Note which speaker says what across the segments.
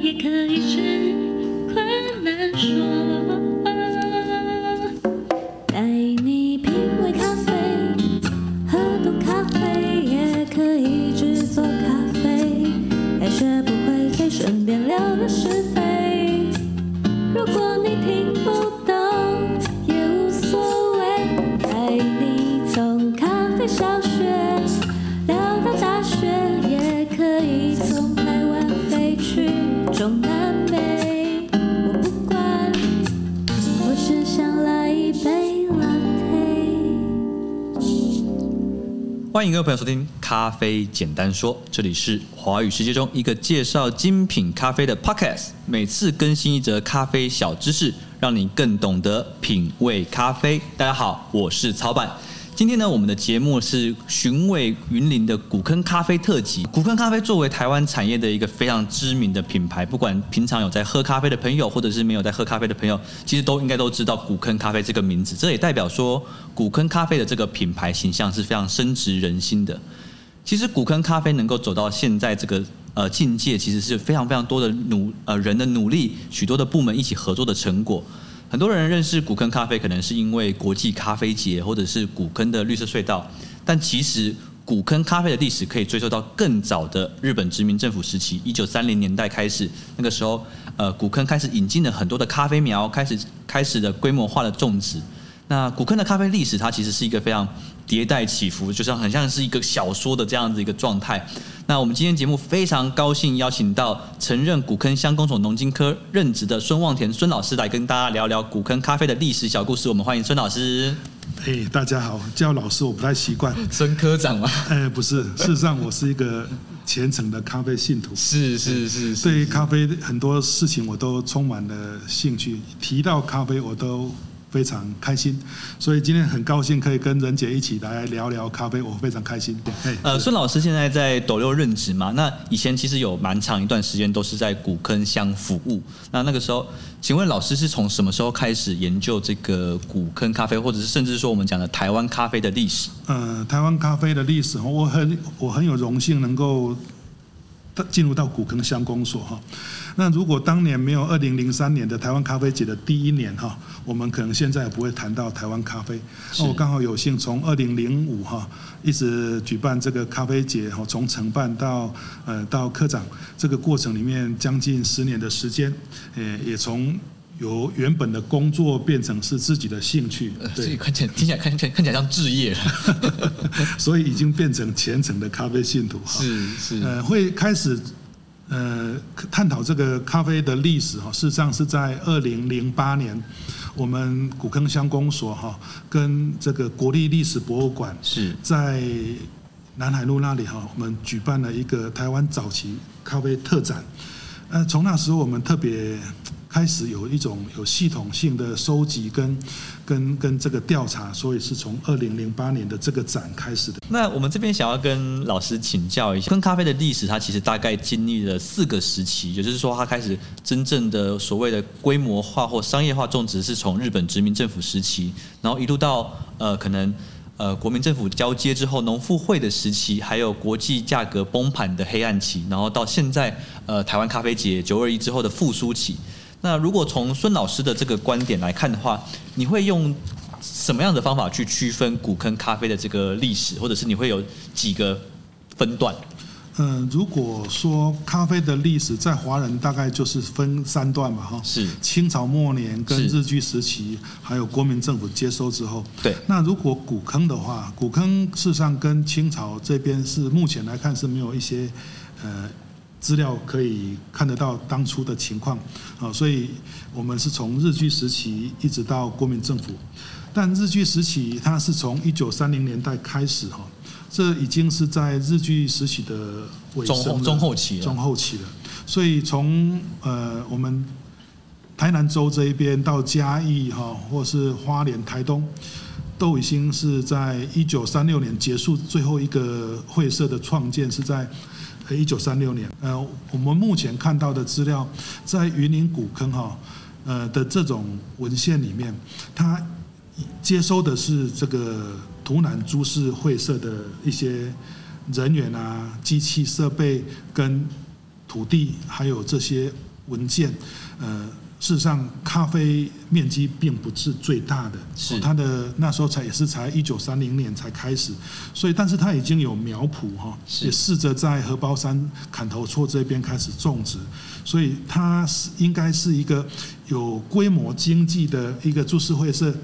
Speaker 1: 也可以是困难说。带你品味咖啡，喝懂咖啡也可以制作咖啡，还学不会飞，顺便聊聊是非。如果你听不懂也无所谓，带你从咖啡小学聊到大学，也可以从台湾飞去中南美，我不管，我只想来一杯 latte。
Speaker 2: 欢迎各位朋友收听《咖啡简单说》，这里是华语世界中一个介绍精品咖啡的 podcast，每次更新一则咖啡小知识，让你更懂得品味咖啡。大家好，我是曹板。今天呢，我们的节目是寻味云林的古坑咖啡特辑。古坑咖啡作为台湾产业的一个非常知名的品牌，不管平常有在喝咖啡的朋友，或者是没有在喝咖啡的朋友，其实都应该都知道古坑咖啡这个名字。这也代表说，古坑咖啡的这个品牌形象是非常深植人心的。其实古坑咖啡能够走到现在这个呃境界，其实是非常非常多的努呃人的努力，许多的部门一起合作的成果。很多人认识古坑咖啡，可能是因为国际咖啡节或者是古坑的绿色隧道，但其实古坑咖啡的历史可以追溯到更早的日本殖民政府时期，一九三零年代开始，那个时候呃古坑开始引进了很多的咖啡苗，开始开始的规模化的种植。那古坑的咖啡历史，它其实是一个非常迭代起伏，就像很像是一个小说的这样子一个状态。那我们今天节目非常高兴邀请到曾任古坑乡公所农经科任职的孙望田孙老师来跟大家聊聊古坑咖啡的历史小故事。我们欢迎孙老师，
Speaker 3: 哎、大家好，叫老师我不太习惯。
Speaker 2: 孙科长吗？
Speaker 3: 哎、不是，事实上我是一个虔诚的咖啡信徒，
Speaker 2: 是是是是，
Speaker 3: 对于咖啡很多事情我都充满了兴趣。提到咖啡，我都非常开心，所以今天很高兴可以跟任姐一起来聊聊咖啡，我非常开心。哎、
Speaker 2: 呃，孙老师现在在斗六任职嘛？那以前其实有蛮长一段时间都是在古坑乡服务。那那个时候，请问老师是从什么时候开始研究这个古坑咖啡，或者是甚至说我们讲的台湾咖啡的历史？
Speaker 3: 呃，台湾咖啡的历史，我很我很有荣幸能够进入到古坑乡公所哈。那如果当年没有二零零三年的台湾咖啡节的第一年哈，我们可能现在也不会谈到台湾咖啡。
Speaker 2: 是
Speaker 3: 那我刚好有幸从二零零五哈一直举办这个咖啡节哈，从承办到呃到科长这个过程里面将近十年的时间，呃也从。由原本的工作变成是自己的兴趣，
Speaker 2: 呃这
Speaker 3: 对
Speaker 2: 个，看起来听起来看起来看起来像置业了，
Speaker 3: 所以已经变成虔诚的咖啡信徒哈。
Speaker 2: 是是，
Speaker 3: 呃，会开始呃探讨这个咖啡的历史哈、事实上是在二零零八年，我们古坑乡公所哈、跟这个国立历史博物馆
Speaker 2: 是
Speaker 3: 在南海路那里哈、我们举办了一个台湾早期咖啡特展。呃，从那时候我们特别开始有一种有系统性的收集跟跟跟这个调查，所以是从二零零八年的这个展开始的。
Speaker 2: 那我们这边想要跟老师请教一下，跟咖啡的历史，它其实大概经历了四个时期，也就是说，它开始真正的所谓的规模化或商业化种植是从日本殖民政府时期，然后一路到呃可能呃国民政府交接之后，农复会的时期，还有国际价格崩盘的黑暗期，然后到现在呃台湾咖啡节九二一之后的复苏期。那如果从孙老师的这个观点来看的话，你会用什么样的方法去区分古坑咖啡的这个历史，或者是你会有几个分段？
Speaker 3: 嗯，如果说咖啡的历史在华人大概就是分三段吧，哈，
Speaker 2: 是
Speaker 3: 清朝末年跟
Speaker 2: 是
Speaker 3: 日据时期，还有国民政府接收之后。
Speaker 2: 对
Speaker 3: 那如果古坑的话，古坑事实上跟清朝这边是目前来看是没有一些呃资料可以看得到当初的情况啊，所以我们是从日据时期一直到国民政府，但日据时期它是从一九三零年代开始哈。这已经是在日据时期的尾
Speaker 2: 中
Speaker 3: 声
Speaker 2: 后
Speaker 3: 了
Speaker 2: 中后期了
Speaker 3: 中后期了。所以从呃我们台南州这一边到嘉义哈、或是花莲、台东，都已经是在一九三六年结束最后一个会社的创建是在。一九三六年，呃，我们目前看到的资料，在云林古坑哈、呃的这种文献里面，它接收的是这个图南株式会社的一些人员啊、机器设备跟土地，还有这些文件，呃，事实上咖啡面积并不是最大的，
Speaker 2: 是
Speaker 3: 哦它的那时候才也是才一九三零年才开始，所以但是它已经有苗圃哈，
Speaker 2: 是
Speaker 3: 也试着在荷包山砍头厝这边开始种植，所以它是应该是一个有规模经济的一个株式会社，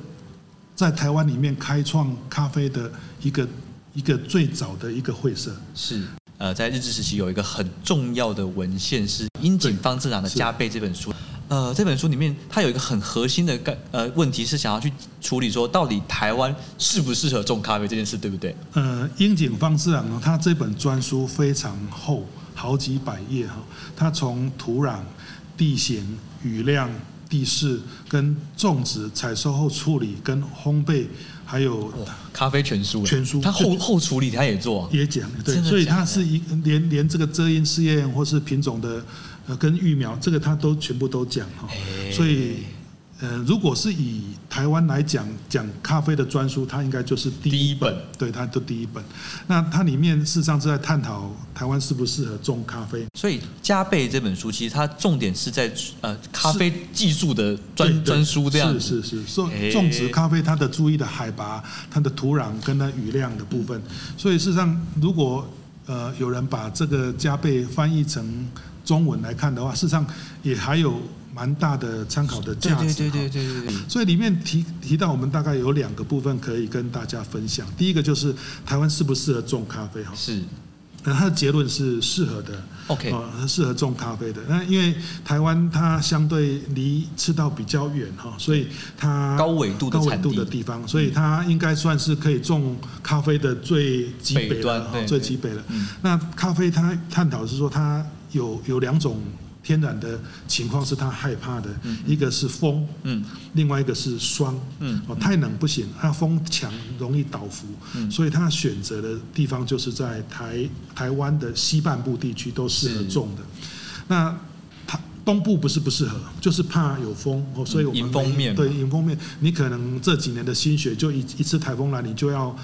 Speaker 3: 在台湾里面开创咖啡的一个一个最早的一个会社。
Speaker 2: 是。
Speaker 3: 嗯
Speaker 2: 呃，在日治时期有一个很重要的文献是《樱井方次郎的加倍》这本书。呃，这本书里面它有一个很核心的概呃问题是想要去处理说，到底台湾适不适合种咖啡这件事，对不对？
Speaker 3: 呃，樱井方志朗呢，他这本专书非常厚，好几百页哈。他从土壤、地形、雨量、地势、跟种植、采收后处理、跟烘焙，还有
Speaker 2: 哇，咖啡全书，哎
Speaker 3: 全书
Speaker 2: 它后
Speaker 3: 对
Speaker 2: 后处理它也做啊、
Speaker 3: 也讲对
Speaker 2: 真，的
Speaker 3: 所以
Speaker 2: 假的
Speaker 3: 它是一连连这个遮阴试验或是品种的呃跟育苗，这个它都全部都讲哈。
Speaker 2: 哎
Speaker 3: 所以呃，如果是以台湾来讲讲咖啡的专书，它应该就是第
Speaker 2: 第
Speaker 3: 一
Speaker 2: 一本
Speaker 3: 对，它就第一本。那它里面事实上是在探讨台湾适不适合种咖啡。
Speaker 2: 所以《加倍》这本书其实它重点是在呃咖啡技术的
Speaker 3: 对
Speaker 2: 专
Speaker 3: 对
Speaker 2: 专书这样子。
Speaker 3: 是是是，种
Speaker 2: 哎
Speaker 3: 种植咖啡它的注意的海拔、它的土壤跟它雨量的部分，所以事实上如果呃有人把这个加倍翻译成中文来看的话，事实上也还有蛮大的参考的
Speaker 2: 对
Speaker 3: 价值。
Speaker 2: 对对对
Speaker 3: 哈
Speaker 2: 对对对。
Speaker 3: 所以里面提提到我们大概有两个部分可以跟大家分享。第一个就是台湾适不适合种咖啡哈，
Speaker 2: 是
Speaker 3: 那它的结论是适合的。
Speaker 2: OK，
Speaker 3: 哦，适合种咖啡的。那因为台湾它相对离赤道比较远哈，所以它
Speaker 2: 高纬度的
Speaker 3: 高纬
Speaker 2: 产
Speaker 3: 度的
Speaker 2: 地，
Speaker 3: 地方，所以它应该算是可以种咖啡的最极
Speaker 2: 北
Speaker 3: 北
Speaker 2: 端
Speaker 3: 了哈
Speaker 2: 对，
Speaker 3: 最极北了
Speaker 2: 嗯。
Speaker 3: 那咖啡它探讨是说它有有两种天然的情况是它害怕的，一个是风，
Speaker 2: 嗯，
Speaker 3: 另外一个是霜，
Speaker 2: 嗯嗯
Speaker 3: 哦，太冷不行，啊，风强容易倒伏，所以他选择的地方就是在台台湾的西半部地区都适合
Speaker 2: 是
Speaker 3: 种的。那它东部不是不适合，就是怕有风哦，所以我
Speaker 2: 嗯
Speaker 3: 们
Speaker 2: 迎风面嘛
Speaker 3: 对迎风面，你可能这几年的心血就一一次台风来，你就要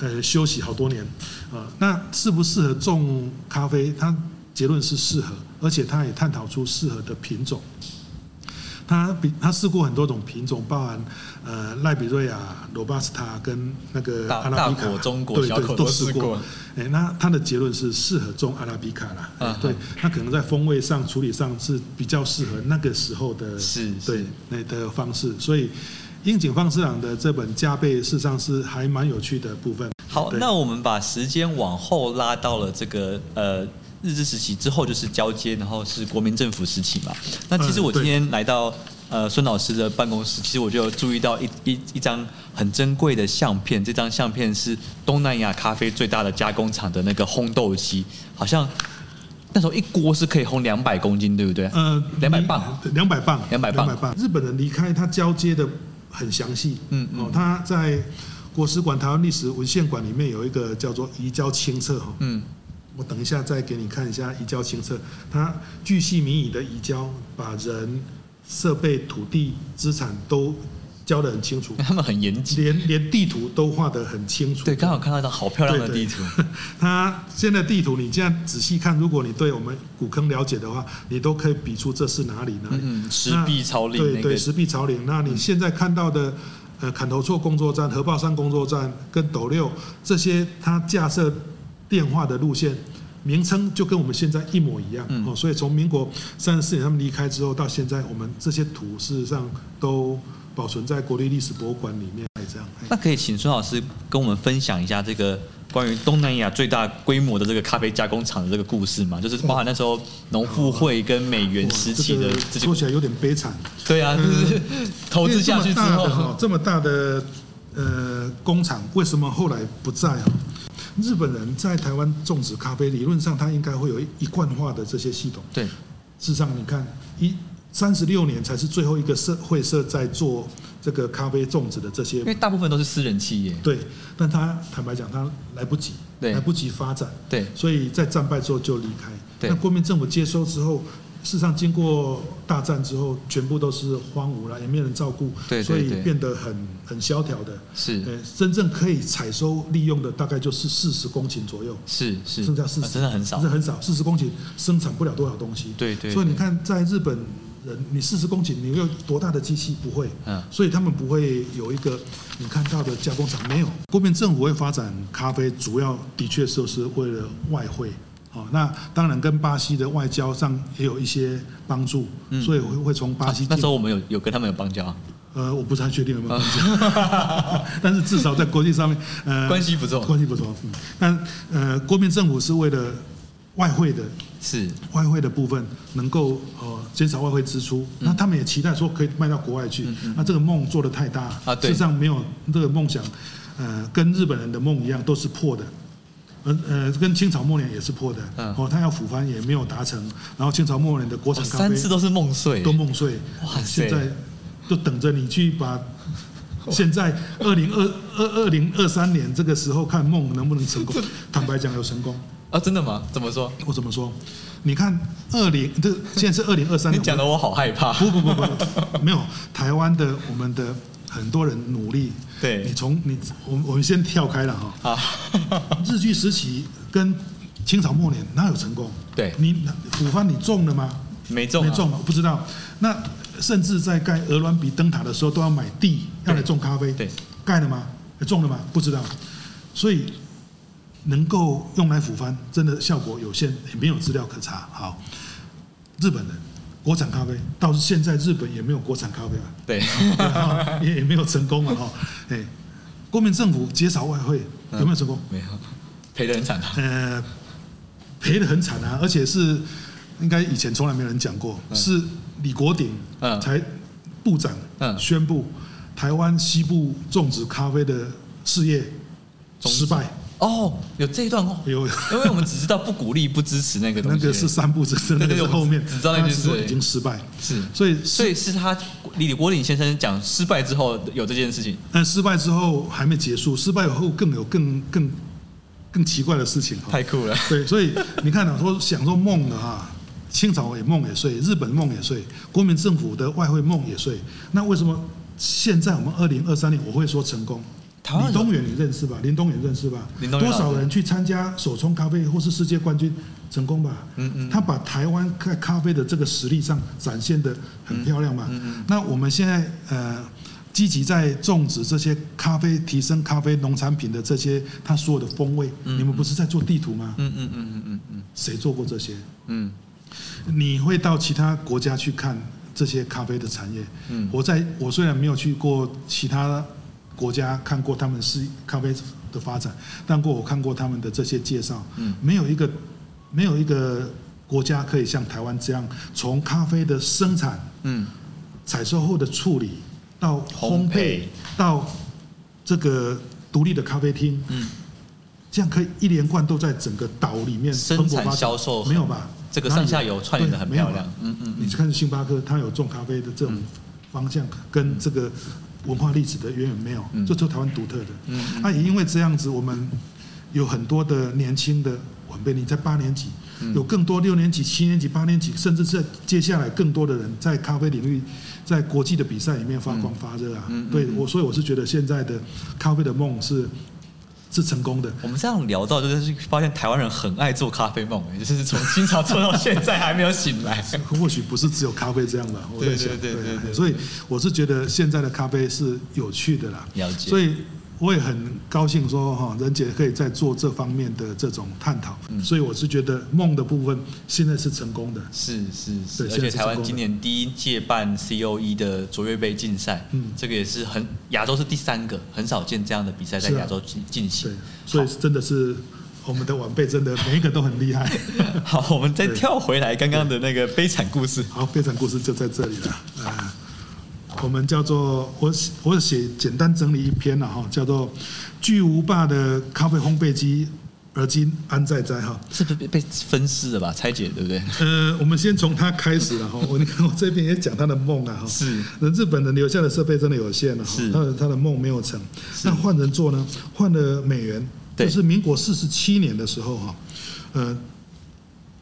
Speaker 3: 呃休息好多年呃，那适不适合种咖啡？它结论是适合，而且它也探讨出适合的品种。他比他试过很多种品种，包含呃赖比瑞亚、罗巴斯塔跟那个
Speaker 2: 大
Speaker 3: 阿拉比
Speaker 2: 大
Speaker 3: 卡，
Speaker 2: 果中果
Speaker 3: 对
Speaker 2: 小
Speaker 3: 对
Speaker 2: 果
Speaker 3: 都
Speaker 2: 都
Speaker 3: 试
Speaker 2: 试过
Speaker 3: 过。哎，那他的结论是适合种阿拉比卡啦。
Speaker 2: 啊
Speaker 3: 哎对，他可能在风味上、处理上是比较适合那个时候的，
Speaker 2: 是
Speaker 3: 对那的方式。所以，樱井方市长的这本加倍，事实上是还蛮有趣的部分。
Speaker 2: 好，
Speaker 3: 对
Speaker 2: 那我们把时间往后拉到了这个呃日治时期之后，就是交接，然后是国民政府时期嘛。那其实
Speaker 3: 嗯
Speaker 2: 我今
Speaker 3: 对
Speaker 2: 天来到呃孙老师的办公室，其实我就有注意到一一一张很珍贵的相片，这张相片是东南亚咖啡最大的加工厂的那个烘豆机，好像那时候一锅是可以烘两百公斤，对不对？
Speaker 3: 呃，
Speaker 2: 200磅，
Speaker 3: 两百磅，
Speaker 2: 200磅
Speaker 3: 两百磅。日本人离开他交接的很详细，
Speaker 2: 嗯嗯
Speaker 3: 哦，他在国史馆、台湾历史文献馆里面有一个叫做移交清册哈，哦
Speaker 2: 嗯，，
Speaker 3: 我等一下再给你看一下移交清册，它巨细靡遗的移交，把人、设备、土地、资产都交得很清楚
Speaker 2: 他们很严谨。
Speaker 3: 连连地图都画得很清楚，
Speaker 2: 对，刚好看到一张好漂亮的地图，
Speaker 3: 它现在地图，你这样仔细看，如果你对我们古坑了解的话，你都可以比出这是哪里哪里。
Speaker 2: 嗯嗯石
Speaker 3: 那
Speaker 2: 壁朝岭那
Speaker 3: 对
Speaker 2: 个嗯
Speaker 3: 对，石壁朝岭。那你现在看到的，呃，砍头厝工作站、河坝山工作站跟斗六这些，它架设电话的路线。名称就跟我们现在一模一样、
Speaker 2: 嗯
Speaker 3: 哦，所以从民国三十四年他们离开之后到现在，我们这些图事实上都保存在国立历史博物馆里面，这样。哎
Speaker 2: 那可以请孙老师跟我们分享一下这个关于东南亚最大规模的这个咖啡加工厂的这个故事吗？就是包含那时候农妇会跟美元时期的
Speaker 3: 哇
Speaker 2: 这
Speaker 3: 这
Speaker 2: 些
Speaker 3: 个说，起哦来有点悲惨。
Speaker 2: 对啊，就是投资下去之
Speaker 3: 因为这么大的哈
Speaker 2: 后，
Speaker 3: 这么大的呃工厂，为什么后来不在啊？日本人在台湾种植咖啡，理论上他应该会有一贯化的这些系统。
Speaker 2: 对，
Speaker 3: 事实上，你看一三十六年才是最后一个社会社在做这个咖啡种植的这些
Speaker 2: 因为大部分都是私人企业，
Speaker 3: 对，但他坦白讲，他来不及，
Speaker 2: 对
Speaker 3: 来不及发展，
Speaker 2: 对
Speaker 3: 所以在战败之后就离开。
Speaker 2: 对
Speaker 3: 那国民政府接收之后，事实上经过大战之后，全部都是荒芜了，也没有人照顾，
Speaker 2: 对对
Speaker 3: 所以
Speaker 2: 对
Speaker 3: 变得很很萧条的。
Speaker 2: 是
Speaker 3: 呃，真正可以采收利用的大概就是四十公顷左右，
Speaker 2: 是是，
Speaker 3: 剩下四
Speaker 2: 啊
Speaker 3: 十，
Speaker 2: 真的很少
Speaker 3: 是。很少，四十公顷生产不了多少东西。
Speaker 2: 对对，
Speaker 3: 所以你
Speaker 2: 对，
Speaker 3: 看，在日本人，你四十公顷，你有多大的机器？不会，
Speaker 2: 嗯，
Speaker 3: 所以他们不会有一个你看到的加工厂没有。国民政府会发展咖啡，主要的确就是为了外汇。好，那当然跟巴西的外交上也有一些帮助，
Speaker 2: 嗯
Speaker 3: 所以会会从巴西
Speaker 2: 啊
Speaker 3: 进、
Speaker 2: 那时候我们有有跟他们有邦交啊，
Speaker 3: 呃，我不太确定有没有帮助， 但是至少在国际上面，呃，
Speaker 2: 关系不错
Speaker 3: 关系不错。嗯，但呃，国民政府是为了外汇的
Speaker 2: 是
Speaker 3: 外汇的部分能够呃减少外汇支出，
Speaker 2: 嗯
Speaker 3: 那他们也期待说可以卖到国外去。那这个梦做得太大
Speaker 2: 啊对
Speaker 3: 事实上没有这个梦想，呃，跟日本人的梦一样都是破的。呃呃，跟清朝末年也是破的，
Speaker 2: 嗯
Speaker 3: 哦，他要复番也没有达成，然后清朝末年的国
Speaker 2: 哦
Speaker 3: 产咖啡、
Speaker 2: 三次都是梦碎，
Speaker 3: 都梦碎。
Speaker 2: 哇塞
Speaker 3: 现在就等着你去把。现在二零二二二零二三年这个时候看梦能不 能成功？坦白讲，有成功。
Speaker 2: 啊，真的吗？怎么说？
Speaker 3: 我怎么说？你看二零这现在是二零二三
Speaker 2: 你
Speaker 3: 年，
Speaker 2: 讲的我好害怕。
Speaker 3: 不不不不，没有台湾的我们的很多人努力。
Speaker 2: 对
Speaker 3: 你从你我们我们先跳开了哈、
Speaker 2: 啊，
Speaker 3: 日据时期跟清朝末年哪有成功？
Speaker 2: 对
Speaker 3: 你古番你中了吗？
Speaker 2: 没中、啊，
Speaker 3: 没中，不知道。那甚至在盖鹅銮比灯塔的时候，都要买地要来种咖啡。
Speaker 2: 对，
Speaker 3: 盖了吗？种了吗？不知道。所以能够用来釜翻，真的效果有限，也没有资料可查。好，日本人国产咖啡，到现在日本也没有国产咖啡啊。
Speaker 2: 对，
Speaker 3: 然后也也没有成功嘛，哈，哎，国民政府减少外汇有没有成功？
Speaker 2: 没有，赔得很惨啊。
Speaker 3: 呃，赔得很惨啊，而且是应该以前从来没有人讲过，是李国鼎
Speaker 2: 嗯
Speaker 3: 才部长
Speaker 2: 嗯
Speaker 3: 宣布台湾西部种植咖啡的事业
Speaker 2: 终止
Speaker 3: 失败，
Speaker 2: 哦，有这一段哦，
Speaker 3: 有
Speaker 2: 因为我们只知道不鼓励、不支持那个东
Speaker 3: 那
Speaker 2: 西。
Speaker 3: 个是三部之是那
Speaker 2: 对
Speaker 3: 个
Speaker 2: 对
Speaker 3: 是
Speaker 2: 我
Speaker 3: 后面，
Speaker 2: 只知道那句
Speaker 3: 他说
Speaker 2: 是
Speaker 3: 已经失败，
Speaker 2: 是，
Speaker 3: 所以
Speaker 2: 所以是他李国鼎先生讲失败之后有这件事情。
Speaker 3: 但呃失败之后还没结束，失败以后更有更更更奇怪的事情哈。
Speaker 2: 太酷了，
Speaker 3: 对，所以你看啊，说想说梦的啊，清朝也梦也碎，日本梦也碎，国民政府的外汇梦也碎。那为什么现在我们二零二三年我会说成功？
Speaker 2: 台湾
Speaker 3: 李东远你认识吧？林东远认识吧？
Speaker 2: 林东远
Speaker 3: 多
Speaker 2: 老师
Speaker 3: 少人去参加手冲咖啡或是世界冠军成功吧？
Speaker 2: 嗯嗯
Speaker 3: 他把台湾在咖啡的这个实力上展现的
Speaker 2: 嗯
Speaker 3: 很漂亮嘛。那我们现在呃。积极在种植这些咖啡，提升咖啡农产品的这些它所有的风味，你们不是在做地图吗？
Speaker 2: 嗯嗯嗯嗯嗯
Speaker 3: 谁做过这些？
Speaker 2: 嗯
Speaker 3: 你会到其他国家去看这些咖啡的产业。
Speaker 2: 嗯
Speaker 3: 我在我虽然没有去过其他国家看过他们是咖啡的发展，但过我看过他们的这些介绍，
Speaker 2: 嗯
Speaker 3: 没有一个没有一个国家可以像台湾这样从咖啡的生产、
Speaker 2: 嗯
Speaker 3: 采收后的处理到
Speaker 2: 烘焙
Speaker 3: 烘焙到这个独立的咖啡厅，
Speaker 2: 嗯
Speaker 3: 这样可以一连贯都在整个岛里面
Speaker 2: 生
Speaker 3: 蓬勃
Speaker 2: 产
Speaker 3: 发展
Speaker 2: 销售
Speaker 3: 没有吧？
Speaker 2: 这个上下游
Speaker 3: 哪里
Speaker 2: 串联得
Speaker 3: 对
Speaker 2: 很漂亮
Speaker 3: 没有吧
Speaker 2: 嗯嗯嗯
Speaker 3: 你去看星巴克，它有种咖啡的这种方向，跟这个文化历史的远远没有
Speaker 2: 嗯，
Speaker 3: 这都台湾独特的。
Speaker 2: 嗯嗯
Speaker 3: 那也因为这样子，我们有很多的年轻的晚辈，你在八年级
Speaker 2: 嗯，
Speaker 3: 有更多六年级、七年级、八年级，甚至是接下来更多的人在咖啡领域，在国际的比赛里面发光发热啊
Speaker 2: 嗯嗯嗯。
Speaker 3: 对我，所以我是觉得现在的咖啡的梦是是成功的。
Speaker 2: 我们这样聊到，就是发现台湾人很爱做咖啡梦，就是从清朝做到现在还没有醒来。
Speaker 3: 或许不是只有咖啡这样吧，我在想，啊
Speaker 2: 对对对对对
Speaker 3: 所以我是觉得现在的咖啡是有趣的啦，
Speaker 2: 了解
Speaker 3: 所以我也很高兴说哈，任姐可以在做这方面的这种探讨，
Speaker 2: 嗯
Speaker 3: 所以我是觉得梦的部分现在是成功的，
Speaker 2: 是是是，
Speaker 3: 对
Speaker 2: 而
Speaker 3: 现
Speaker 2: 且
Speaker 3: 在是
Speaker 2: 台湾
Speaker 3: 成功的
Speaker 2: 今年第一届办 COE 的卓越杯竞赛，
Speaker 3: 嗯
Speaker 2: 这个也是很亚洲是第三个，很少见这样的比赛在
Speaker 3: 是啊
Speaker 2: 亚洲进进行
Speaker 3: 对。，所以真的是我们的晚辈真的每一个都很厉害。
Speaker 2: 好，我们再
Speaker 3: 对
Speaker 2: 跳回来刚刚的那个悲惨故事。
Speaker 3: 好，悲惨故事就在这里了。呃，我们叫做我写我写简单整理一篇了哈，叫做《巨无霸的咖啡烘焙机》，而今安在哉哈。
Speaker 2: 是不是被被分尸了吧？拆解对不对？
Speaker 3: 呃，我们先从他开始啊 了哈。我你看我这边也讲他的梦啊哈。
Speaker 2: 是。
Speaker 3: 那日本人留下的设备真的有限啊了哈
Speaker 2: 是，
Speaker 3: 他的他的梦没有成。那换人做呢？换了美元，
Speaker 2: 对
Speaker 3: 就是民国四十七年的时候哈，呃，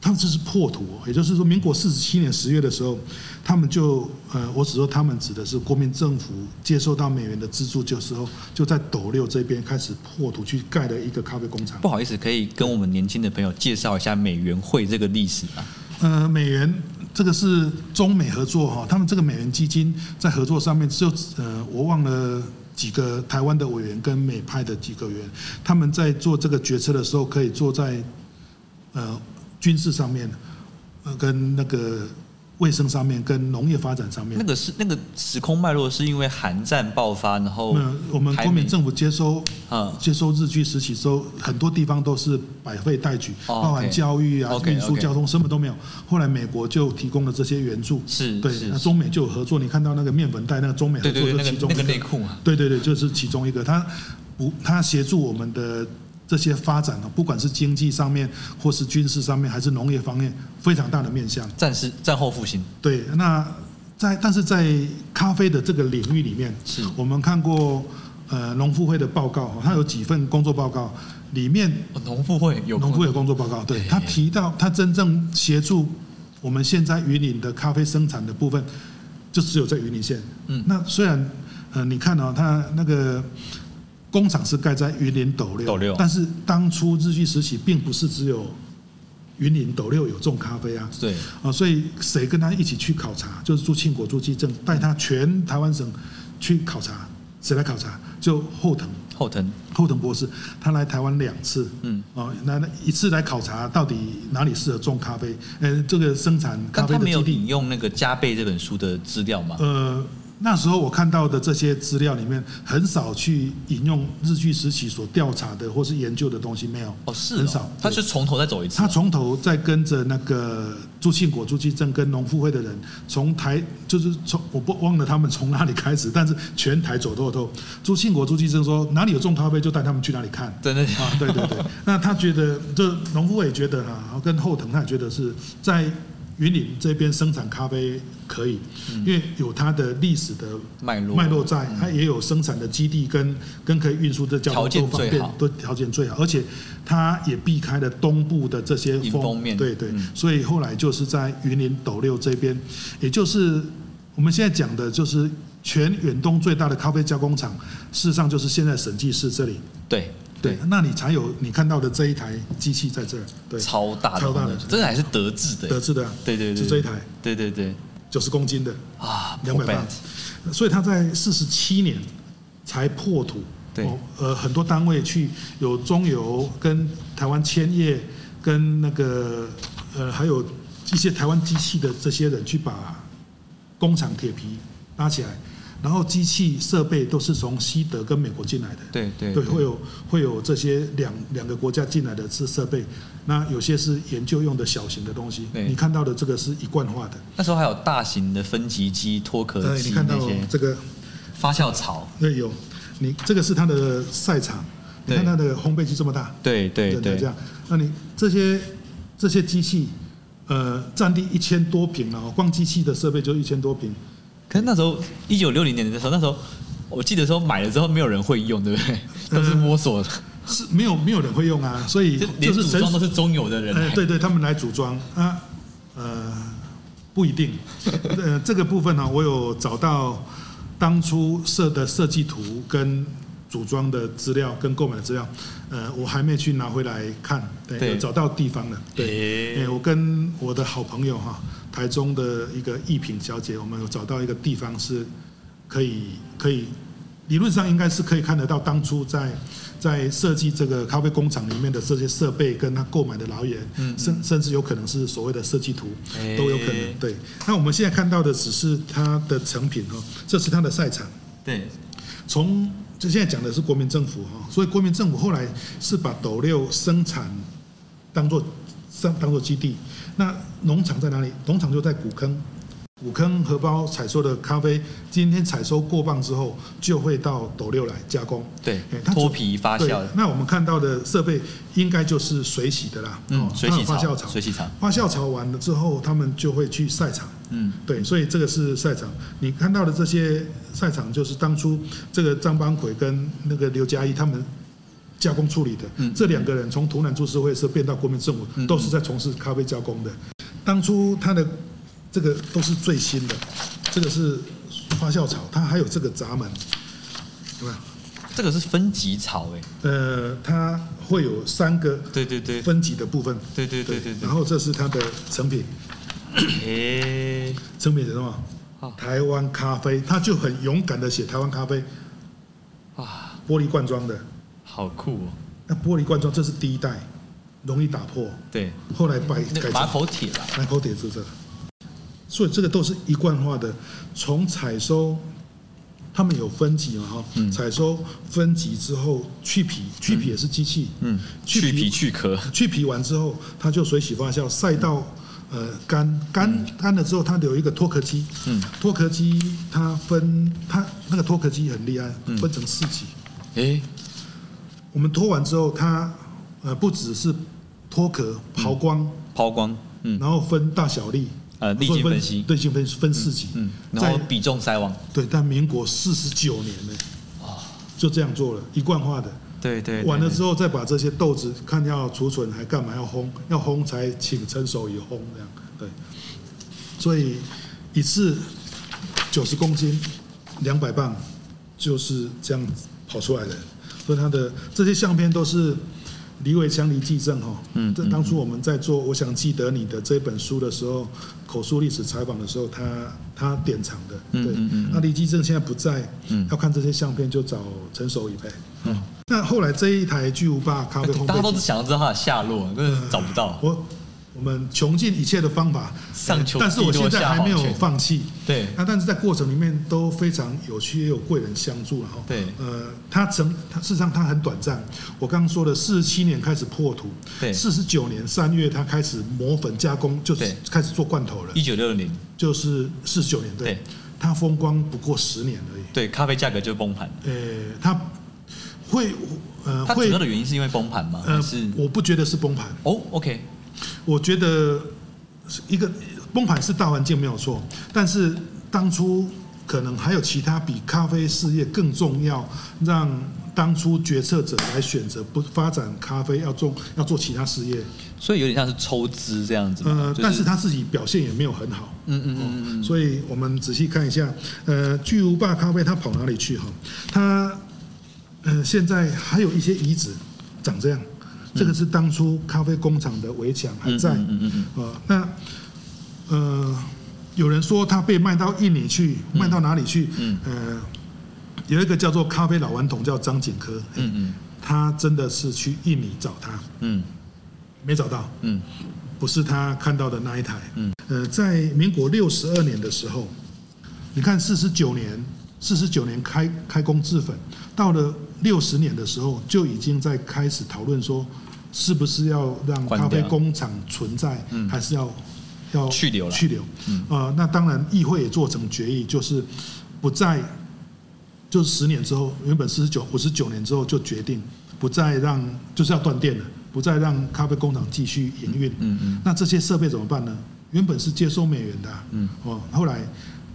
Speaker 3: 他次是破土哦，也就是说，民国四十七年十月的时候，他们就呃，我只说他们指的是国民政府接受到美元的资助，就时候就在斗六这边开始破土去盖了一个咖啡工厂
Speaker 2: 不。好意思，可以跟我们年轻的朋友介绍一下美元汇这个历史吗？
Speaker 3: 呃，美元这个是中美合作哈，他们这个美元基金在合作上面只有呃，我忘了几个台湾的委员跟美派的几个委员，他们在做这个决策的时候，可以坐在呃军事上面，呃跟那个卫生上面，跟农业发展上面
Speaker 2: 那。个是那个时空脉络是因为韩战爆发，然后
Speaker 3: 那我们国民政府接收
Speaker 2: 嗯
Speaker 3: 接收日据时期之后，很多地方都是百废待举，
Speaker 2: 哦
Speaker 3: 包含
Speaker 2: OK
Speaker 3: 教育啊、
Speaker 2: OK，
Speaker 3: 运输、
Speaker 2: OK
Speaker 3: 交通，什么都没有。后来美国就提供了这些援助，
Speaker 2: 是
Speaker 3: 对，
Speaker 2: 是
Speaker 3: 那中美就有合作。你看到那个面粉袋，那个中美合
Speaker 2: 对
Speaker 3: 作
Speaker 2: 对对
Speaker 3: 就
Speaker 2: 那
Speaker 3: 其
Speaker 2: 个
Speaker 3: 中
Speaker 2: 那
Speaker 3: 一
Speaker 2: 个
Speaker 3: 个，
Speaker 2: 内裤啊嘛，
Speaker 3: 对对对，就是其中一个。它不，它协助我们的这些发展哦，不管是经济上面，或是军事上面，还是农业方面，非常大的面向。
Speaker 2: 战时战后复兴
Speaker 3: 对，那在但是在咖啡的这个领域里面，
Speaker 2: 是
Speaker 3: 我们看过呃农妇会的报告哦，它有几份工作报告，里面
Speaker 2: 哦农妇会有
Speaker 3: 农妇会有工作报告，对
Speaker 2: 对
Speaker 3: 他提到他真正协助我们现在云林的咖啡生产的部分，就只有在云林县。
Speaker 2: 嗯
Speaker 3: 那虽然呃，你看哦，它那个工厂是盖在云林斗六，
Speaker 2: 斗六
Speaker 3: 但是当初日据时期并不是只有云林斗六有种咖啡啊，
Speaker 2: 对
Speaker 3: 啊，所以谁跟他一起去考察，就是朱庆国、朱继正带他全台湾省去考察，谁来考察？就后藤，
Speaker 2: 后藤
Speaker 3: 后藤博士，他来台湾两次，
Speaker 2: 嗯，
Speaker 3: 哦，那那一次来考察到底哪里适合种咖啡，呃，这个生产咖
Speaker 2: 但
Speaker 3: 啡
Speaker 2: 他
Speaker 3: 的
Speaker 2: 没有
Speaker 3: 基
Speaker 2: 引
Speaker 3: 地，
Speaker 2: 用那个《加倍》这本书的资料嘛？
Speaker 3: 呃。那时候我看到的这些资料里面，很少去引用日据时期所调查的或是研究的东西，没有。
Speaker 2: 哦，是哦
Speaker 3: 很少
Speaker 2: 他是从头再走一次
Speaker 3: 他
Speaker 2: 啊。
Speaker 3: 从头在跟着那个朱庆国、朱继正跟农妇会的人，从台就是从我不忘了他们从哪里开始，但是全台走透透。朱庆国、朱继正说哪里有种咖啡就带他们去哪里看。
Speaker 2: 真的
Speaker 3: 啊，对对 对，那他觉得这农夫也觉得哈、啊，跟后藤他也觉得是在云林这边生产咖啡可以，
Speaker 2: 嗯
Speaker 3: 因为有它的历史的
Speaker 2: 脉络
Speaker 3: 脉络在，
Speaker 2: 嗯
Speaker 3: 它也有生产的基地跟跟可以运输的交
Speaker 2: 条
Speaker 3: 通
Speaker 2: 件
Speaker 3: 都方
Speaker 2: 最
Speaker 3: 便
Speaker 2: 好，
Speaker 3: 都条件最好，而且它也避开了东部的这些
Speaker 2: 迎
Speaker 3: 风
Speaker 2: 风面
Speaker 3: 对对
Speaker 2: 嗯，
Speaker 3: 所以后来就是在云林斗六这边，也就是我们现在讲的就是。全远东最大的咖啡加工厂，事实上就是现在审计市这里。
Speaker 2: 对
Speaker 3: 对，那你才有你看到的这一台机器在这儿，对，
Speaker 2: 超大的，
Speaker 3: 超大的
Speaker 2: 这个还是德制的，欸
Speaker 3: 德制的啊，
Speaker 2: 对对对，
Speaker 3: 是这一台
Speaker 2: 对对对
Speaker 3: 九十公斤的，
Speaker 2: 啊，
Speaker 3: 两百磅
Speaker 2: Powerbank，
Speaker 3: 所以他在四十七年才破土。
Speaker 2: 对
Speaker 3: 哦呃，很多单位去有中油跟台湾千叶跟那个呃，还有一些台湾机器的这些人去把工厂铁皮拉起来，然后机器设备都是从西德跟美国进来的。
Speaker 2: 对对
Speaker 3: 对，会有会有这些两两个国家进来的是设备，那有些是研究用的小型的东西，
Speaker 2: 对
Speaker 3: 你看到的这个是一贯化的，
Speaker 2: 那时候还有大型的分级机、脱壳
Speaker 3: 对，
Speaker 2: 机
Speaker 3: 你看
Speaker 2: 那
Speaker 3: 到
Speaker 2: 些
Speaker 3: 这个
Speaker 2: 发酵槽，
Speaker 3: 对有，你这个是它的赛场，你
Speaker 2: 对
Speaker 3: 看它的烘焙机这么大，
Speaker 2: 对对
Speaker 3: 真的
Speaker 2: 对
Speaker 3: 这，样，那你这些这些机器，呃，占地一千多平了哦，光机器的设备就一千多平，
Speaker 2: 可是那时候一九六零年的时候，那时候我记得说买了之后没有人会用，对不
Speaker 3: 呃
Speaker 2: 对？都是摸索的，
Speaker 3: 是没有没有人会用啊，所以
Speaker 2: 就连
Speaker 3: 就
Speaker 2: 组
Speaker 3: 是神
Speaker 2: 装都是中游的人
Speaker 3: 哎，
Speaker 2: 来，
Speaker 3: 对对，他们来组装啊，呃，不一定。呃，这个部分呢、我有找到当初设的设计图跟组装的资料跟购买的资料，呃，我还没去拿回来看，
Speaker 2: 对
Speaker 3: 对，有找到地方了。
Speaker 2: 对
Speaker 3: 哎、我跟我的好朋友哈、台中的一个艺品小姐，我们有找到一个地方是可以可以，理论上应该是可以看得到当初在在设计这个咖啡工厂里面的这些设备，跟他购买的来源，甚甚至有可能是所谓的设计图
Speaker 2: 哎
Speaker 3: 都有可能。对，那我们现在看到的只是它的成品哦，这是它的赛场。
Speaker 2: 对
Speaker 3: 从就现在讲的是国民政府哈，所以国民政府后来是把斗六生产当做当当做基地，那农场在哪里？农场就在古坑。古坑荷包采收的咖啡，今天采收过磅之后，就会到斗六来加工。
Speaker 2: 对
Speaker 3: 哎它，
Speaker 2: 脱皮发酵
Speaker 3: 对哦
Speaker 2: 的，
Speaker 3: 那我们看到的设备应该就是水洗的啦，
Speaker 2: 嗯
Speaker 3: 哦，
Speaker 2: 水
Speaker 3: 它
Speaker 2: 洗
Speaker 3: 有发酵
Speaker 2: 槽，
Speaker 3: 槽，
Speaker 2: 水洗槽，
Speaker 3: 发酵槽完了之后，他们就会去晒场。
Speaker 2: 嗯，
Speaker 3: 对，所以这个是赛场。你看到的这些赛场，就是当初这个张邦奎跟那个刘嘉怡他们加工处理的。
Speaker 2: 嗯
Speaker 3: 这两个人从土壤株式会社变到国民政府，
Speaker 2: 嗯
Speaker 3: 都是在从事咖啡加工的。当初它的这个都是最新的，这个是发酵槽，它还有这个闸门，对吧？
Speaker 2: 这个是分级槽哎，
Speaker 3: 呃，它会有三个
Speaker 2: 对对对，
Speaker 3: 分级的部分。
Speaker 2: 对对对对对
Speaker 3: 然后这是它的成品，
Speaker 2: 诶、
Speaker 3: 成品是什么
Speaker 2: 好？
Speaker 3: 台湾咖啡，它就很勇敢的写台湾咖啡，
Speaker 2: 啊，
Speaker 3: 玻璃罐装的。
Speaker 2: 好酷哦，
Speaker 3: 那玻璃罐装这是第一代，容易打破。
Speaker 2: 对，
Speaker 3: 后来改
Speaker 2: 那
Speaker 3: 改
Speaker 2: 马
Speaker 3: 成
Speaker 2: 口铁啊啦，
Speaker 3: 南口铁制的，所以这个都是一贯化的。从采收，他们有分级嘛哈
Speaker 2: 嗯，
Speaker 3: 采收分级之后去皮，去皮也是机器，
Speaker 2: 嗯，去
Speaker 3: 去皮
Speaker 2: 皮去壳，
Speaker 3: 去皮完之后，它就水洗发酵，晒到呃干干干了之后，它有一个脱壳机，
Speaker 2: 嗯，
Speaker 3: 脱壳机它分它那个脱壳机很厉害
Speaker 2: 嗯，
Speaker 3: 分成四级。
Speaker 2: 诶、
Speaker 3: 我们脱完之后，它呃不只是脱壳刨光，
Speaker 2: 抛光，嗯
Speaker 3: 然后分大小粒，
Speaker 2: 呃粒径分析
Speaker 3: 对，性分分四级，
Speaker 2: 嗯，然
Speaker 3: 在
Speaker 2: 后比重筛网，
Speaker 3: 对，在民国四十九年呢，
Speaker 2: 哦
Speaker 3: 就这样做了，一贯化的。
Speaker 2: 对对
Speaker 3: 完了之
Speaker 2: 后，
Speaker 3: 后再把这些豆子看要储存还干嘛要烘，要烘才请成熟以烘这样，对。所以一次九十公斤，两百磅，就是这样跑出来的。所以它的这些相片都是李伟强、李继正哈，
Speaker 2: 嗯
Speaker 3: 这
Speaker 2: 嗯
Speaker 3: 当初我们在做《我想记得你的》这本书的时候，口述历史采访的时候，他他典藏的，
Speaker 2: 嗯
Speaker 3: 对
Speaker 2: 嗯嗯。
Speaker 3: 那李继正现在不在
Speaker 2: 嗯，
Speaker 3: 要看这些相片就找陈守仪呗。
Speaker 2: 嗯哎
Speaker 3: 那后来这一台巨无霸咖啡烘
Speaker 2: 啊大家
Speaker 3: 焙
Speaker 2: 都
Speaker 3: 机，
Speaker 2: 想要知道它的下落，真的是找不到，
Speaker 3: 我我们穷尽一切的方法，
Speaker 2: 上求
Speaker 3: 但是我
Speaker 2: 地落
Speaker 3: 现在
Speaker 2: 下
Speaker 3: 还没有
Speaker 2: 黄泉
Speaker 3: 放弃。
Speaker 2: 对
Speaker 3: 那但是在过程里面都非常有趣，也有贵人相助了哈。
Speaker 2: 对
Speaker 3: 呃，它成，它事实上它很短暂。我刚刚说的，四十七年开始破土，
Speaker 2: 对
Speaker 3: 四十九年三月它开始磨粉加工，就是
Speaker 2: 对
Speaker 3: 开始做罐头了，
Speaker 2: 一九六零，
Speaker 3: 就是四十九年对
Speaker 2: 对。
Speaker 3: 它风光不过十年而已。
Speaker 2: 对，咖啡价格就崩盘，
Speaker 3: 呃，它会呃
Speaker 2: 它主
Speaker 3: 会
Speaker 2: 要的原因是因为崩盘吗？还
Speaker 3: 呃
Speaker 2: 是，
Speaker 3: 我不觉得是崩盘，
Speaker 2: 哦，OK，
Speaker 3: 我觉得是一个崩盘是大环境没有错，但是当初可能还有其他比咖啡事业更重要，让当初决策者来选择不发展咖啡，要做要做其他事业。
Speaker 2: 所以有点像是抽资这样子嘛，
Speaker 3: 呃
Speaker 2: 就，
Speaker 3: 但是他自己表现也没有很好。
Speaker 2: 嗯嗯嗯嗯嗯，
Speaker 3: 所以我们仔细看一下，呃，巨无霸咖啡它跑哪里去哈？它，呃，现在还有一些遗址长这样，这个是当初咖啡工厂的围墙还在，
Speaker 2: 嗯嗯嗯嗯嗯
Speaker 3: 呃，那呃，有人说它被卖到印尼去，卖到哪里去？
Speaker 2: 嗯
Speaker 3: 呃，有一个叫做咖啡老顽童叫张景科，
Speaker 2: 嗯嗯
Speaker 3: 他真的是去印尼找他，
Speaker 2: 嗯
Speaker 3: 没找到，
Speaker 2: 嗯
Speaker 3: 不是他看到的那一台。
Speaker 2: 嗯，
Speaker 3: 呃，在民国六十二年的时候，你看四十九年，四十九年开开工制粉，到了六十年的时候，就已经在开始讨论说，是不是要让
Speaker 2: 关
Speaker 3: 咖啡
Speaker 2: 掉
Speaker 3: 工厂存在，
Speaker 2: 嗯
Speaker 3: 还是要要
Speaker 2: 去留啦嗯
Speaker 3: 去留。呃，那当然，议会也做成决议，就是不再，就是十年之后，原本四十九五十九年之后就决定不再让，就是要断电了，不再让咖啡工厂继续营运。
Speaker 2: 嗯嗯
Speaker 3: 那这些设备怎么办呢？原本是接收美元的啊、
Speaker 2: 嗯
Speaker 3: 哦，后来，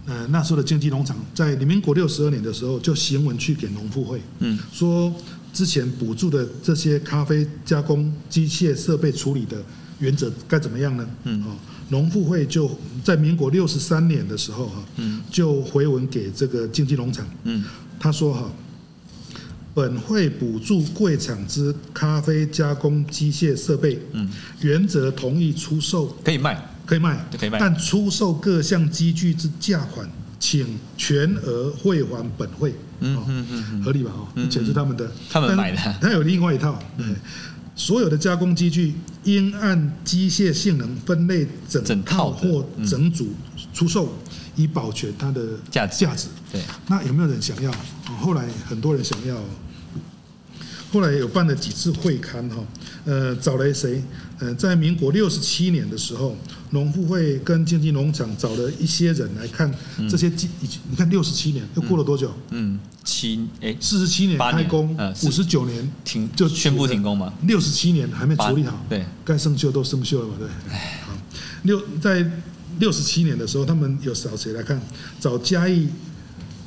Speaker 3: 呃，那时候的经济农场在民国六十二年的时候就行文去给农妇会，
Speaker 2: 嗯
Speaker 3: 说之前补助的这些咖啡加工机械设备处理的原则该怎么样呢？
Speaker 2: 嗯
Speaker 3: 哦，农妇会就在民国六十三年的时候哈、
Speaker 2: 嗯
Speaker 3: 就回文给这个经济农场，
Speaker 2: 嗯
Speaker 3: 他说哈、本会补助贵厂之咖啡加工机械设备，
Speaker 2: 嗯，
Speaker 3: 原则同意出售，
Speaker 2: 可以卖，
Speaker 3: 可以卖，
Speaker 2: 可以卖
Speaker 3: 但出售各项机具之价款，请全额汇还本会。
Speaker 2: 嗯
Speaker 3: 哦
Speaker 2: 嗯嗯嗯
Speaker 3: 合理吧？哦
Speaker 2: 嗯，
Speaker 3: 钱是他们的，
Speaker 2: 他们
Speaker 3: 但
Speaker 2: 买的 嗯
Speaker 3: 他有另外一套。对，所有的加工机具应按机械性能分类
Speaker 2: 整
Speaker 3: 整
Speaker 2: 套
Speaker 3: 套
Speaker 2: 的
Speaker 3: 或
Speaker 2: 嗯
Speaker 3: 整组出售，以保全它的
Speaker 2: 价值
Speaker 3: 价值。
Speaker 2: 对，
Speaker 3: 那有没有人想要？哦后来很多人想要哦，后来有办了几次会刊哈，呃，找了谁？呃，在民国六十七年的时候，农妇会跟经济农场找了一些人来看这些机，已经你看六十七年又过了多久？
Speaker 2: 嗯，七诶
Speaker 3: 四十七年
Speaker 2: 八
Speaker 3: 开
Speaker 2: 年
Speaker 3: 工
Speaker 2: 呃，
Speaker 3: 五十九年
Speaker 2: 停
Speaker 3: 就
Speaker 2: 宣布停工嘛，
Speaker 3: 六十七年还没
Speaker 2: 八
Speaker 3: 处理好，
Speaker 2: 对，
Speaker 3: 该生锈都生锈了嘛，对。好，六在六十七年的时候，他们有找谁来看？找嘉义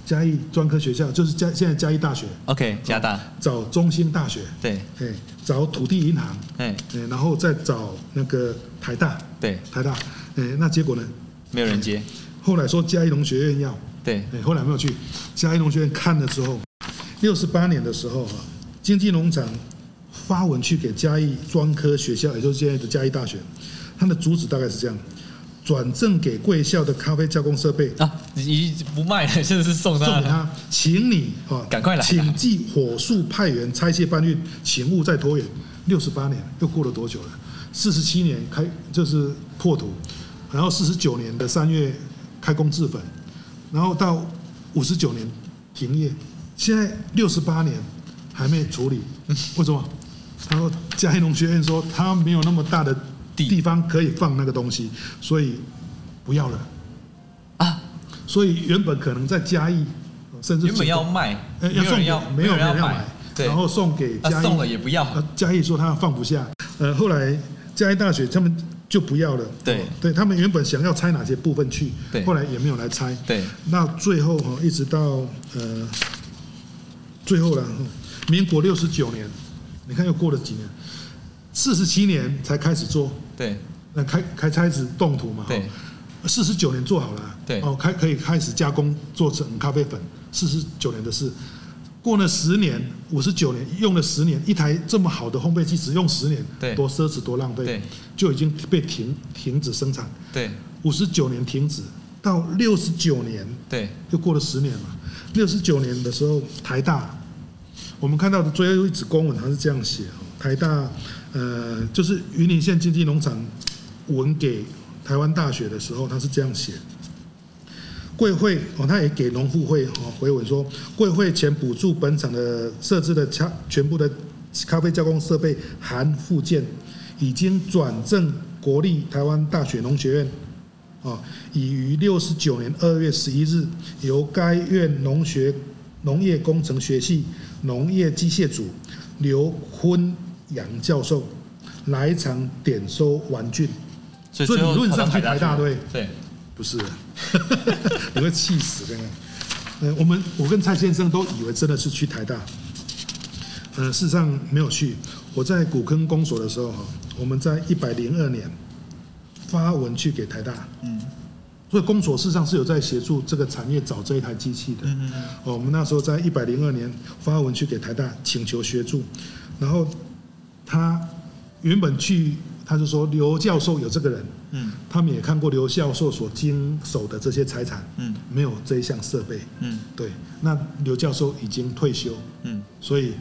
Speaker 3: 嘉义专科学校，就是嘉现在嘉义大学，
Speaker 2: OK，加大，
Speaker 3: 找中兴大学，
Speaker 2: 对，
Speaker 3: 哎，找土地银行，
Speaker 2: 哎，
Speaker 3: 哎，然后再找那个台大，
Speaker 2: 对，
Speaker 3: 台大，哎，那结果呢？
Speaker 2: 没有人接，
Speaker 3: 后来说嘉义农学院要，
Speaker 2: 对，
Speaker 3: 哎，后来没有去。嘉义农学院看了之后，六十八年的时候啊，经济农场发文去给嘉义专科学校，也就是现在的嘉义大学，它的主旨大概是这样：转赠给贵校的咖啡加工设备，
Speaker 2: 啊，已经不卖了， 现在是送
Speaker 3: 送
Speaker 2: 他
Speaker 3: 给他，请你啊，
Speaker 2: 啊赶快来啦
Speaker 3: 请记火速派员拆卸搬运，请勿再拖延。六十八年又过了多久了？四十七年开就是破土，然后四十九年的三月开工自焚，然后到五十九年停业，现在六十八年还没处理，为什么？ 他说嘉义农学院说他没有那么大的
Speaker 2: 地
Speaker 3: 地方可以放那个东西，所以不要了。
Speaker 2: 啊，
Speaker 3: 所以原本可能在嘉义，呃甚至
Speaker 2: 原本要卖，
Speaker 3: 呃
Speaker 2: 没
Speaker 3: 要
Speaker 2: 有
Speaker 3: 送
Speaker 2: 人
Speaker 3: 给
Speaker 2: 要，
Speaker 3: 没有
Speaker 2: 人
Speaker 3: 人要
Speaker 2: 买
Speaker 3: 买，，
Speaker 2: 对，
Speaker 3: 然后送给嘉
Speaker 2: 啊
Speaker 3: 义，
Speaker 2: 送了也不要，
Speaker 3: 呃嘉义说他放不下，呃，后来嘉义大学他们就不要了，
Speaker 2: 对
Speaker 3: 哦对他们原本想要拆哪些部分去
Speaker 2: 对，
Speaker 3: 后来也没有来拆，
Speaker 2: 对，
Speaker 3: 那最后哈一直到呃最后了，哦民国六十九年，你看又过了几年，四十七年才开始做，
Speaker 2: 对，
Speaker 3: 那开开开始动土嘛，哦哈
Speaker 2: 对，
Speaker 3: 四十九年做好了啊，
Speaker 2: 对
Speaker 3: 哦，开可以开始加工做成咖啡粉，四十九年的事。过了十年，五十九年用了十年，一台这么好的烘焙机只用十年，
Speaker 2: 对
Speaker 3: 多奢侈多浪
Speaker 2: 对
Speaker 3: 费，就已经被停停止生产，
Speaker 2: 对，
Speaker 3: 五十九年停止，到六十九年
Speaker 2: 对，
Speaker 3: 又过了十年嘛，六十九年的时候，台大，我们看到的最后一纸公文，它是这样写哦，台大，呃，就是云林县经济农场文给台湾大学的时候，它是这样写。贵会哦，他也给农妇会哦回文说，贵会前补助本厂的设置的咖全部的咖啡加工设备含附件，已经转赠国立台湾大学农学院啊，已于六十九年二月十一日由该院农学农业工程学系农业机械组刘坤阳教授来场点收完竣。
Speaker 2: 所以
Speaker 3: 所以
Speaker 2: 最后
Speaker 3: 理论
Speaker 2: 跑到
Speaker 3: 上去台大
Speaker 2: 去了
Speaker 3: 对
Speaker 2: 对，
Speaker 3: 不是， 你会气死的。呃，我们我跟蔡先生都以为真的是去台大，呃，事实上没有去。我在古坑公所的时候哈，我们在一百零二年发文去给台大，
Speaker 2: 嗯
Speaker 3: 所以公所事实上是有在协助这个产业找这一台机器的。
Speaker 2: 嗯嗯，
Speaker 3: 哦，我们那时候在一百零二年发文去给台大请求协助，然后他原本去他就说刘教授有这个人，
Speaker 2: 嗯
Speaker 3: 他们也看过刘教授所经手的这些财产，
Speaker 2: 嗯
Speaker 3: 没有这一项设备。
Speaker 2: 嗯
Speaker 3: 对，那刘教授已经退休，
Speaker 2: 嗯
Speaker 3: 所以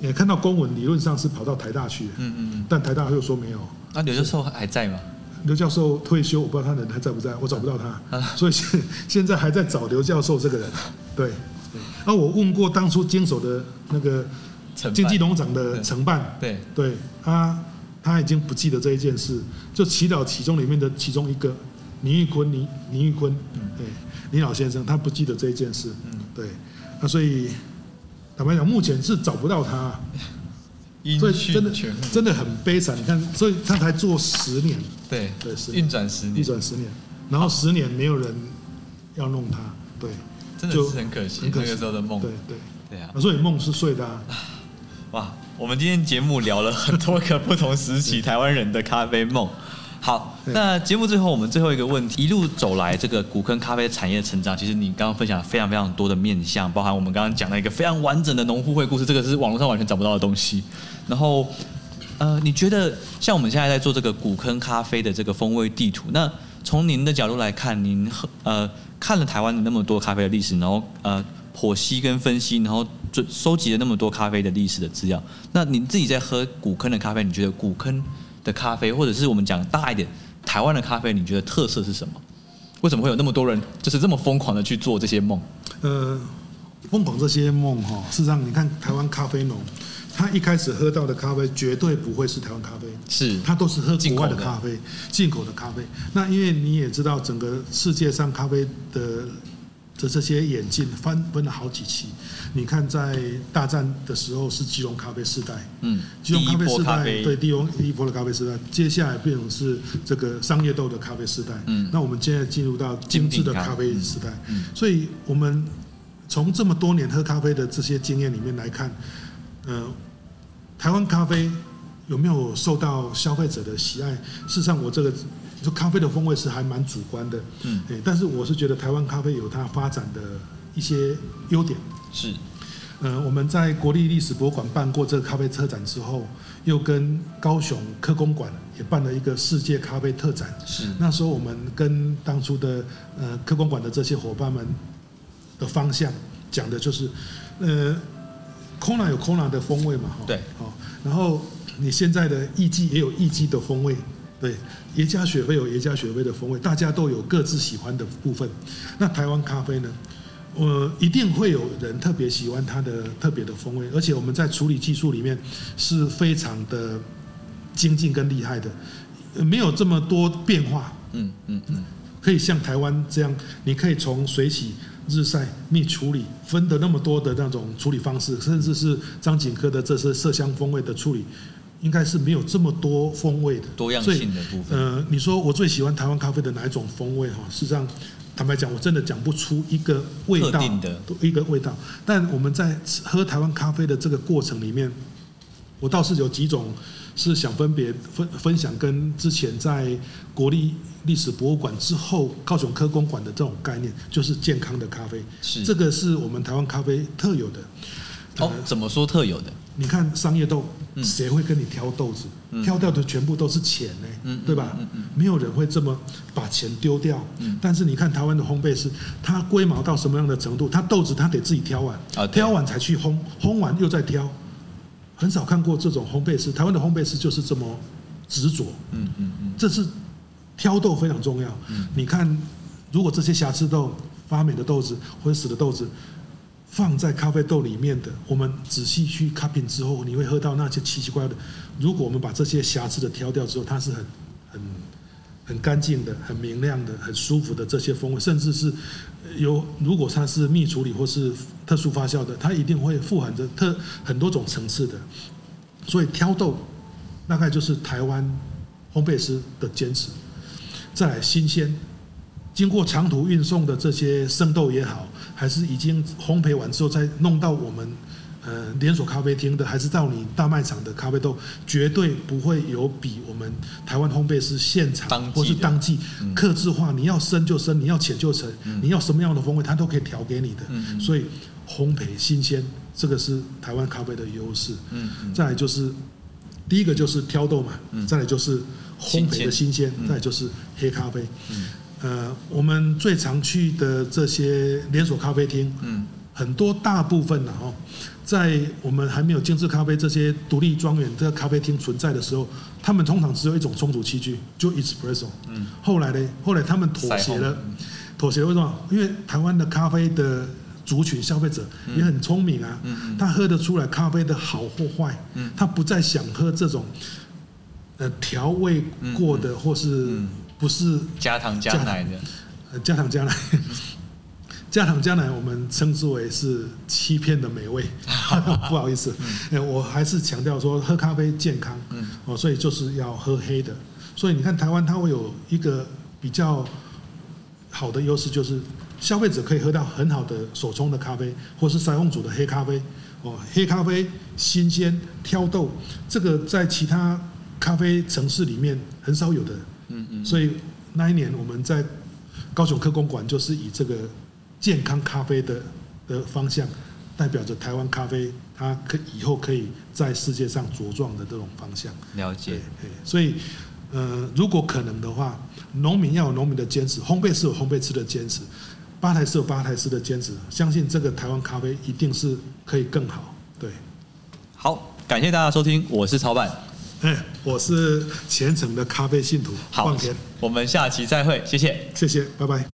Speaker 3: 也看到公文理论上是跑到台大去的，
Speaker 2: 嗯嗯，
Speaker 3: 但台大又说没有。
Speaker 2: 那刘教授还在吗？
Speaker 3: 刘教授退休，我不知道他人还在不在，我找不到
Speaker 2: 啊
Speaker 3: 他，所以现现在还在找刘教授这个人。对，那、啊、我问过当初经手的那个
Speaker 2: 承办嗯
Speaker 3: 经济农场的承办，
Speaker 2: 对，
Speaker 3: 对他他已经不记得这一件事，就祈祷其中里面的其中一个倪玉坤，倪倪玉坤，对，倪老先生，他不记得这一件事，
Speaker 2: 嗯
Speaker 3: 对，那所以坦白讲，目前是找不到他，
Speaker 2: 音
Speaker 3: 所以
Speaker 2: 讯
Speaker 3: 真的
Speaker 2: 全无
Speaker 3: 真的很悲惨。你看，所以他才做十年，
Speaker 2: 对
Speaker 3: 对是
Speaker 2: 运转十
Speaker 3: 逆
Speaker 2: 年，
Speaker 3: 转十年，然后十年没有人要弄他，对，
Speaker 2: 真的
Speaker 3: 就是
Speaker 2: 很可惜
Speaker 3: 很可
Speaker 2: 那
Speaker 3: 惜
Speaker 2: 个时候的梦
Speaker 3: 对，对，
Speaker 2: 对啊，
Speaker 3: 啊所以梦是碎的啊，
Speaker 2: 哇，我们今天节目聊了很多个不同时期台湾人的咖啡梦。好，
Speaker 3: 对
Speaker 2: 那节目最后我们最后一个问题，一路走来这个古坑咖啡产业的成长，其实你刚刚分享非常非常多的面向，包含我们刚刚讲了一个非常完整的农户会故事，这个是网络上完全找不到的东西。然后，呃，你觉得像我们现在在做这个古坑咖啡的这个风味地图，那从您的角度来看，您喝呃看了台湾的那么多咖啡的历史，然后呃剖析跟分析，然后就收集了那么多咖啡的历史的资料，那你自己在喝古坑的咖啡，你觉得古坑的咖啡，或者是我们讲大一点台湾的咖啡，你觉得特色是什么？为什么会有那么多人就是这么疯狂的去做这些梦？
Speaker 3: 呃，疯狂这些梦哈，事实上你看台湾咖啡农，他一开始喝到的咖啡绝对不会是台湾咖啡，
Speaker 2: 是
Speaker 3: 他都是喝
Speaker 2: 进
Speaker 3: 国
Speaker 2: 口
Speaker 3: 外
Speaker 2: 的
Speaker 3: 的咖啡，进口的咖啡。那因为你也知道，整个世界上咖啡的的这些眼镜翻分了好几期。你看，在大战的时候是基隆咖啡时代，
Speaker 2: 嗯，
Speaker 3: 基隆咖
Speaker 2: 第一
Speaker 3: 啡
Speaker 2: 波
Speaker 3: 时
Speaker 2: 咖
Speaker 3: 代
Speaker 2: 啡
Speaker 3: 对第一波第一波的咖啡时代，接下来变成是这个商业豆的咖啡时代。
Speaker 2: 嗯
Speaker 3: 那我们现在进入到精致的咖啡时代，
Speaker 2: 嗯
Speaker 3: 所以我们从这么多年喝咖啡的这些经验里面来看，呃，台湾咖啡有没有受到消费者的喜爱？事实上，我这个就咖啡的风味是还蛮主观的，
Speaker 2: 嗯，
Speaker 3: 对，但是我是觉得台湾咖啡有它发展的一些优点。
Speaker 2: 是
Speaker 3: 呃，我们在国立历史博物馆办过这个咖啡车展之后，又跟高雄科工馆也办了一个世界咖啡特展。
Speaker 2: 是
Speaker 3: 那时候我们跟当初的呃科工馆的这些伙伴们的方向讲的就是，呃，Kona 有 Kona 的风味嘛，哈，
Speaker 2: 对
Speaker 3: 哦，然后你现在的艺妓也有艺妓的风味。对，耶加雪菲有耶加雪菲的风味，大家都有各自喜欢的部分。那台湾咖啡呢？我一定会有人特别喜欢它的特别的风味，而且我们在处理技术里面是非常的精进跟厉害的，呃没有这么多变化，
Speaker 2: 嗯嗯嗯，
Speaker 3: 可以像台湾这样，你可以从水洗、日晒、蜜处理分的那么多的那种处理方式，甚至是张景科的这些麝香风味的处理，应该是没有这么多风味的
Speaker 2: 多样
Speaker 3: 所以
Speaker 2: 性的部分
Speaker 3: 呃，你说我最喜欢台湾咖啡的哪一种风味哈？事实上，坦白讲，我真的讲不出一个味
Speaker 2: 特
Speaker 3: 道
Speaker 2: 定的
Speaker 3: 一个味道。但我们在吃喝台湾咖啡的这个过程里面，我倒是有几种是想分别分分享跟之前在国立历史博物馆之后高雄科工馆的这种概念，就是健康的咖啡。
Speaker 2: 是
Speaker 3: 这个是我们台湾咖啡特有的。
Speaker 2: 哦，怎么说特有的？
Speaker 3: 你看商业豆，
Speaker 2: 嗯
Speaker 3: 谁会跟你挑豆子？
Speaker 2: 嗯
Speaker 3: 挑掉的全部都是钱呢、
Speaker 2: 嗯
Speaker 3: 对吧？
Speaker 2: 嗯嗯嗯
Speaker 3: 没有人会这么把钱丢掉。
Speaker 2: 嗯
Speaker 3: 但是你看台湾的烘焙师，他龟毛到什么样的程度？他豆子他得自己挑完，
Speaker 2: 啊对
Speaker 3: 挑完才去烘，烘完又再挑。很少看过这种烘焙师，台湾的烘焙师就是这么执着。
Speaker 2: 嗯嗯嗯，
Speaker 3: 这是挑豆非常重要。你看，如果这些瑕疵豆、发霉的豆子、或者死的豆子放在咖啡豆里面的，我们仔细去 c u p p i n g 之后，你会喝到那些奇奇怪怪的。如果我们把这些瑕疵的挑掉之后，它是很很很干净的、很明亮的、很舒服的这些风味，甚至是呃有如果它是蜜处理或是特殊发酵的，它一定会富含着特很多种层次的。所以挑豆大概就是台湾烘焙师的坚持。再来新鲜，经过长途运送的这些生豆也好，还是已经烘焙完之后再弄到我们呃连锁咖啡厅的，还是到你大卖场的咖啡豆，绝对不会有比我们台湾烘焙师现
Speaker 2: 当季的
Speaker 3: 场或是当季
Speaker 2: 嗯
Speaker 3: 克制化，你要深就深，你要浅就浅，你要什么样的风味，它都可以调给你的。
Speaker 2: 嗯嗯
Speaker 3: 所以烘焙新鲜，这个是台湾咖啡的优势。
Speaker 2: 嗯嗯
Speaker 3: 再来就是第一个就是挑豆嘛，
Speaker 2: 嗯
Speaker 3: 再来就是烘焙的新鲜
Speaker 2: 嗯，
Speaker 3: 再来就是黑咖啡。
Speaker 2: 嗯
Speaker 3: 呃，我们最常去的这些连锁咖啡厅，
Speaker 2: 嗯
Speaker 3: 很多大部分呢、哦，在我们还没有精致咖啡这些独立庄园的咖啡厅存在的时候，他们通常只有一种冲煮器具，就 espresso。
Speaker 2: 嗯，
Speaker 3: 后来呢，后来他们妥协
Speaker 2: 腮
Speaker 3: 了
Speaker 2: 红，
Speaker 3: 妥协了为什么？因为台湾的咖啡的族群消费者也很聪明啊，
Speaker 2: 嗯嗯
Speaker 3: 他喝得出来咖啡的好或坏，
Speaker 2: 嗯
Speaker 3: 他不再想喝这种呃调味过的、或是
Speaker 2: 嗯
Speaker 3: 不是
Speaker 2: 加糖加奶的，
Speaker 3: 呃，加糖加奶， 加糖加奶，我们称之为是欺骗的美味。 不好意思，呃我还是强调说喝咖啡健康，
Speaker 2: 嗯
Speaker 3: 哦，所以就是要喝黑的。所以你看台湾它会有一个比较好的优势，就是消费者可以喝到很好的手冲的咖啡，或是腮红煮的黑咖啡。哦，黑咖啡新鲜挑豆，这个在其他咖啡城市里面很少有的。
Speaker 2: 嗯嗯，
Speaker 3: 所以那一年我们在高雄科工馆就是以这个健康咖啡的的方向，代表着台湾咖啡它可以后可以在世界上茁壮的这种方向。
Speaker 2: 了解
Speaker 3: 对，，嘿所以呃，如果可能的话，农民要有农民的坚持，烘焙师有烘焙师的坚持，吧台师有吧台师的坚持，相信这个台湾咖啡一定是可以更好。对，
Speaker 2: 好，感谢大家收听，我是曹板，
Speaker 3: 哎，我是虔诚的咖啡信徒，
Speaker 2: 好
Speaker 3: 望田，，
Speaker 2: 我们下期再会，谢谢。
Speaker 3: 谢谢，拜拜。